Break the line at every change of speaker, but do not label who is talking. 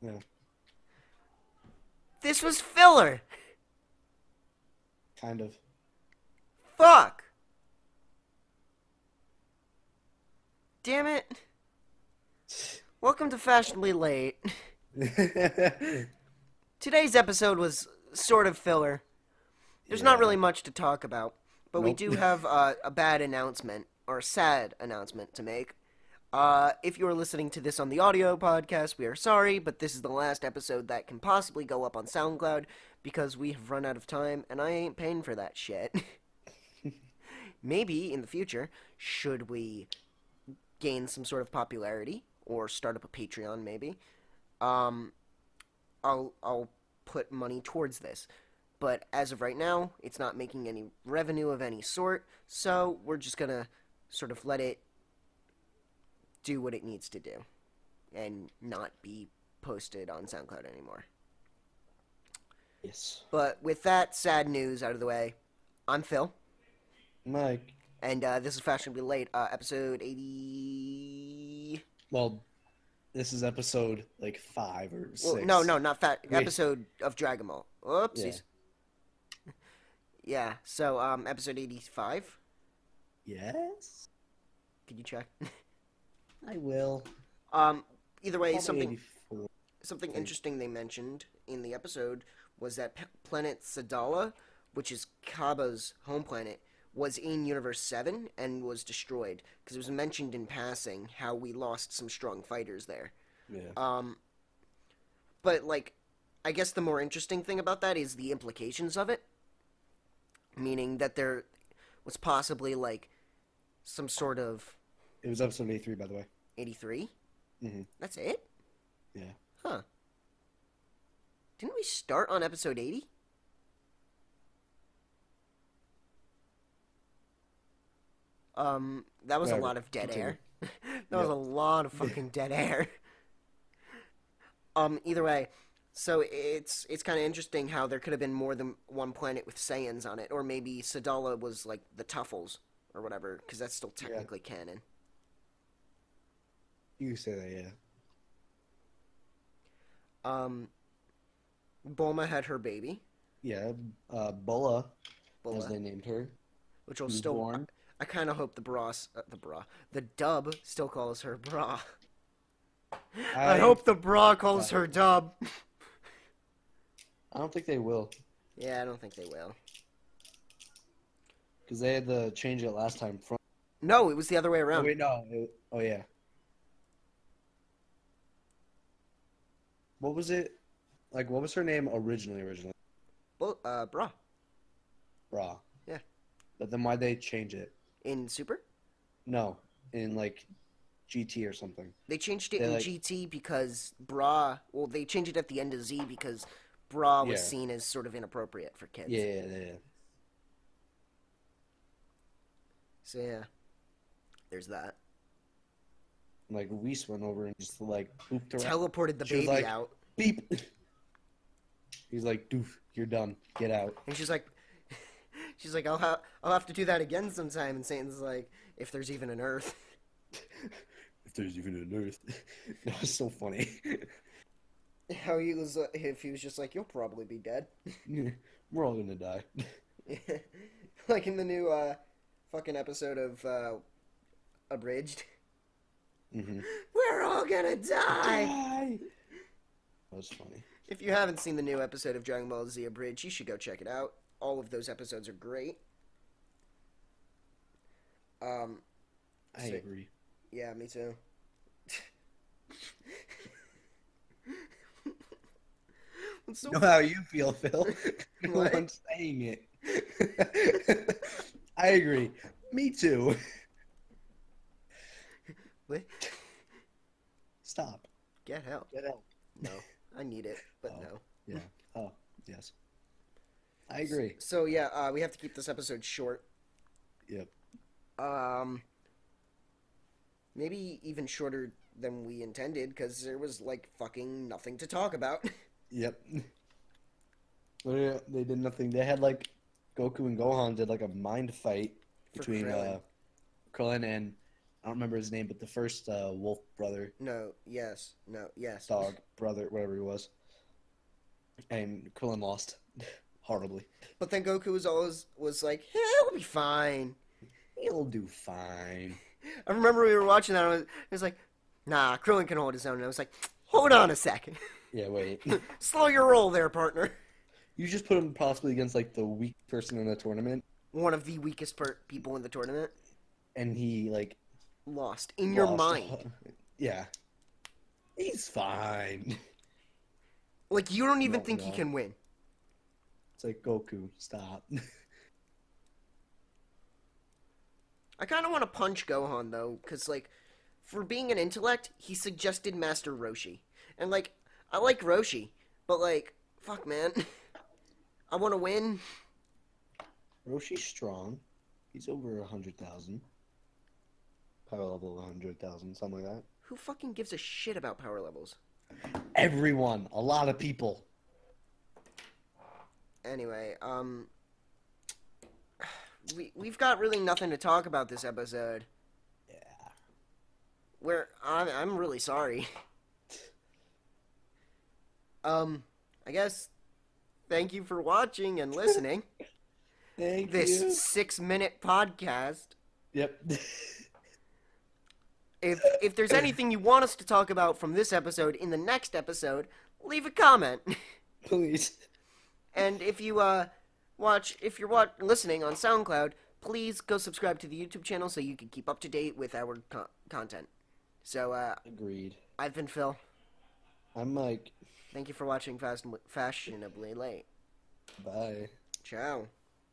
Yeah.
This was filler.
Kind of.
Fuck. Damn it. Welcome to Fashionably Late. Today's episode was sort of filler. There's not
Yeah.
really much to talk about, but we
Nope.
do have uh, a bad announcement or a sad announcement to make. Uh, if you are listening to this on the audio podcast, we are sorry, but this is the last episode that can possibly go up on SoundCloud because we have run out of time, and I ain't paying for that shit. Maybe in the future, should we gain some sort of popularity or start up a Patreon, maybe, um, I'll I'll put money towards this. But as of right now, it's not making any revenue of any sort, so we're just gonna sort of let it do what it needs to do, and not be posted on SoundCloud anymore.
yes.
But with that sad news out of the way, I'm Phil,
Mike.
and uh, this is Fashionably Late, uh, episode eighty.
Well, this is episode like five or six.
Well, no, no, not that
Wait.
episode of Dragon Ball. Oopsies. Yeah. so um, episode eighty-five.
Yes.
Could you check?
I will.
Um, either way,
Probably
something
84.
something
Thank-
interesting they mentioned in the episode was that p- planet Sadala, which is Kaba's home planet, was in Universe 7 and was destroyed because it was mentioned in passing how we lost some strong fighters there.
Yeah.
Um, but like, I guess the more interesting thing about that is the implications of it, meaning that there was possibly like some sort of
It was episode 83, by the way.
83.
Mhm.
That's it.
Yeah.
Huh. Didn't we start on episode 80? Um, that was a
Whatever.
lot of dead
Continue.
air. that was a
Yep.
lot of fucking dead air. um, either way, so it's it's kind of interesting how there could have been more than one planet with Saiyans on it, or maybe Sadala was like the Tuffles or whatever, because that's still
Yeah.
technically canon.
You can say that, yeah.
Um, Bulma had her baby,
Yeah. Uh, Bulla, as
Bulma,
they named her.
which will
was
still.
born.
I kind of hope the bras, uh, the bra, the dub still calls her bra. I, hope the bra calls her dub.
I don't think they will.
yeah, I don't think they will.
Because they had to change it last time. From...
No, it was the other way
Oh,
around.
wait, no. it- Oh, yeah. What was it? Like, what was her name originally? Originally,
Well, uh, bra
Raw.
Yeah.
But then why'd they change it?
in Super.
No, in like GT or something.
They changed it
They,
in
like-
GT because bra. Well, they changed it at the end of Z because bra was
Yeah.
seen as sort of inappropriate for kids.
Yeah, yeah, yeah.
So yeah, there's that.
Like Reese went over and just like pooped around.
Teleported the
She was
baby
like-
out,
Beep. He's like, "Doof, you're done. Get out."
and she's like, she's like, I'll have, I'll have to do that again sometime. And Satan's like, if there's even an Earth.
If there's even an Earth, that was so funny.
How he was, uh, if he was just like, you'll probably be dead.
We're all gonna die.
like in the new uh, fucking episode of uh, Abridged.
Mm-hmm.
We're all gonna die!
Die. That was funny.
If you haven't seen the new episode of Dragon Ball Z Abridged, you should go check it out. All of those episodes are great. Um,
I
Sick.
agree.
yeah, me too. It's so
know how you feel, Phil. no
What?
one's saying it. I agree. Me too.
What?
Stop.
Get help.
Get out.
No, I need it, but
Oh.
no.
Yeah. Oh, yes. I agree.
So yeah, uh, we have to keep this episode short.
Yep.
Um, maybe even shorter than we intended because there was like fucking nothing to talk about.
Yep. They they did nothing. They had like Goku and Gohan did like a mind fight
For
between
Krillin.
uh Krillin and I don't remember his name, but the first uh, wolf brother,
No. Yes. No. Yes.
dog brother, whatever he was, and Krillin lost horribly.
But then Goku was always was like, "Eh, "It'll be fine."
He'll do fine.
I remember we were watching that. And I, was, I was like, "Nah, Krillin can hold his own." And I was like, "Hold on a second.
Yeah, wait.
Slow your roll there, partner."
you just put him possibly against like the weak person in the tournament,
One of the weakest per- people in the tournament
and he like
lost in your
lost.
mind.
Yeah, he's fine.
Like you don't even
No,
think he
no.
can win.
It's like Goku, stop.
I kind of want to punch Gohan though, because like, for being an intellect, he suggested Master Roshi, and like, I like Roshi, but like, fuck man, I want to win.
Roshi's strong. He's over a hundred thousand. Power level a hundred thousand, something like that.
Who fucking gives a shit about power levels?
Everyone, a lot of people.
Anyway, um, we we've got really nothing to talk about this episode.
Yeah.
Where I'm I'm really sorry. um, I guess thank you for watching and listening.
Thank
this six minute podcast.
Yep.
If if there's anything you want us to talk about from this episode in the next episode, leave a comment.
Please.
And if you uh watch if you're watch, listening on SoundCloud, please go subscribe to the YouTube channel so you can keep up to date with our co- content. So uh,
Agreed.
I've been Phil.
I'm Mike.
Thank you for watching Fast fashionably late.
Bye.
Ciao.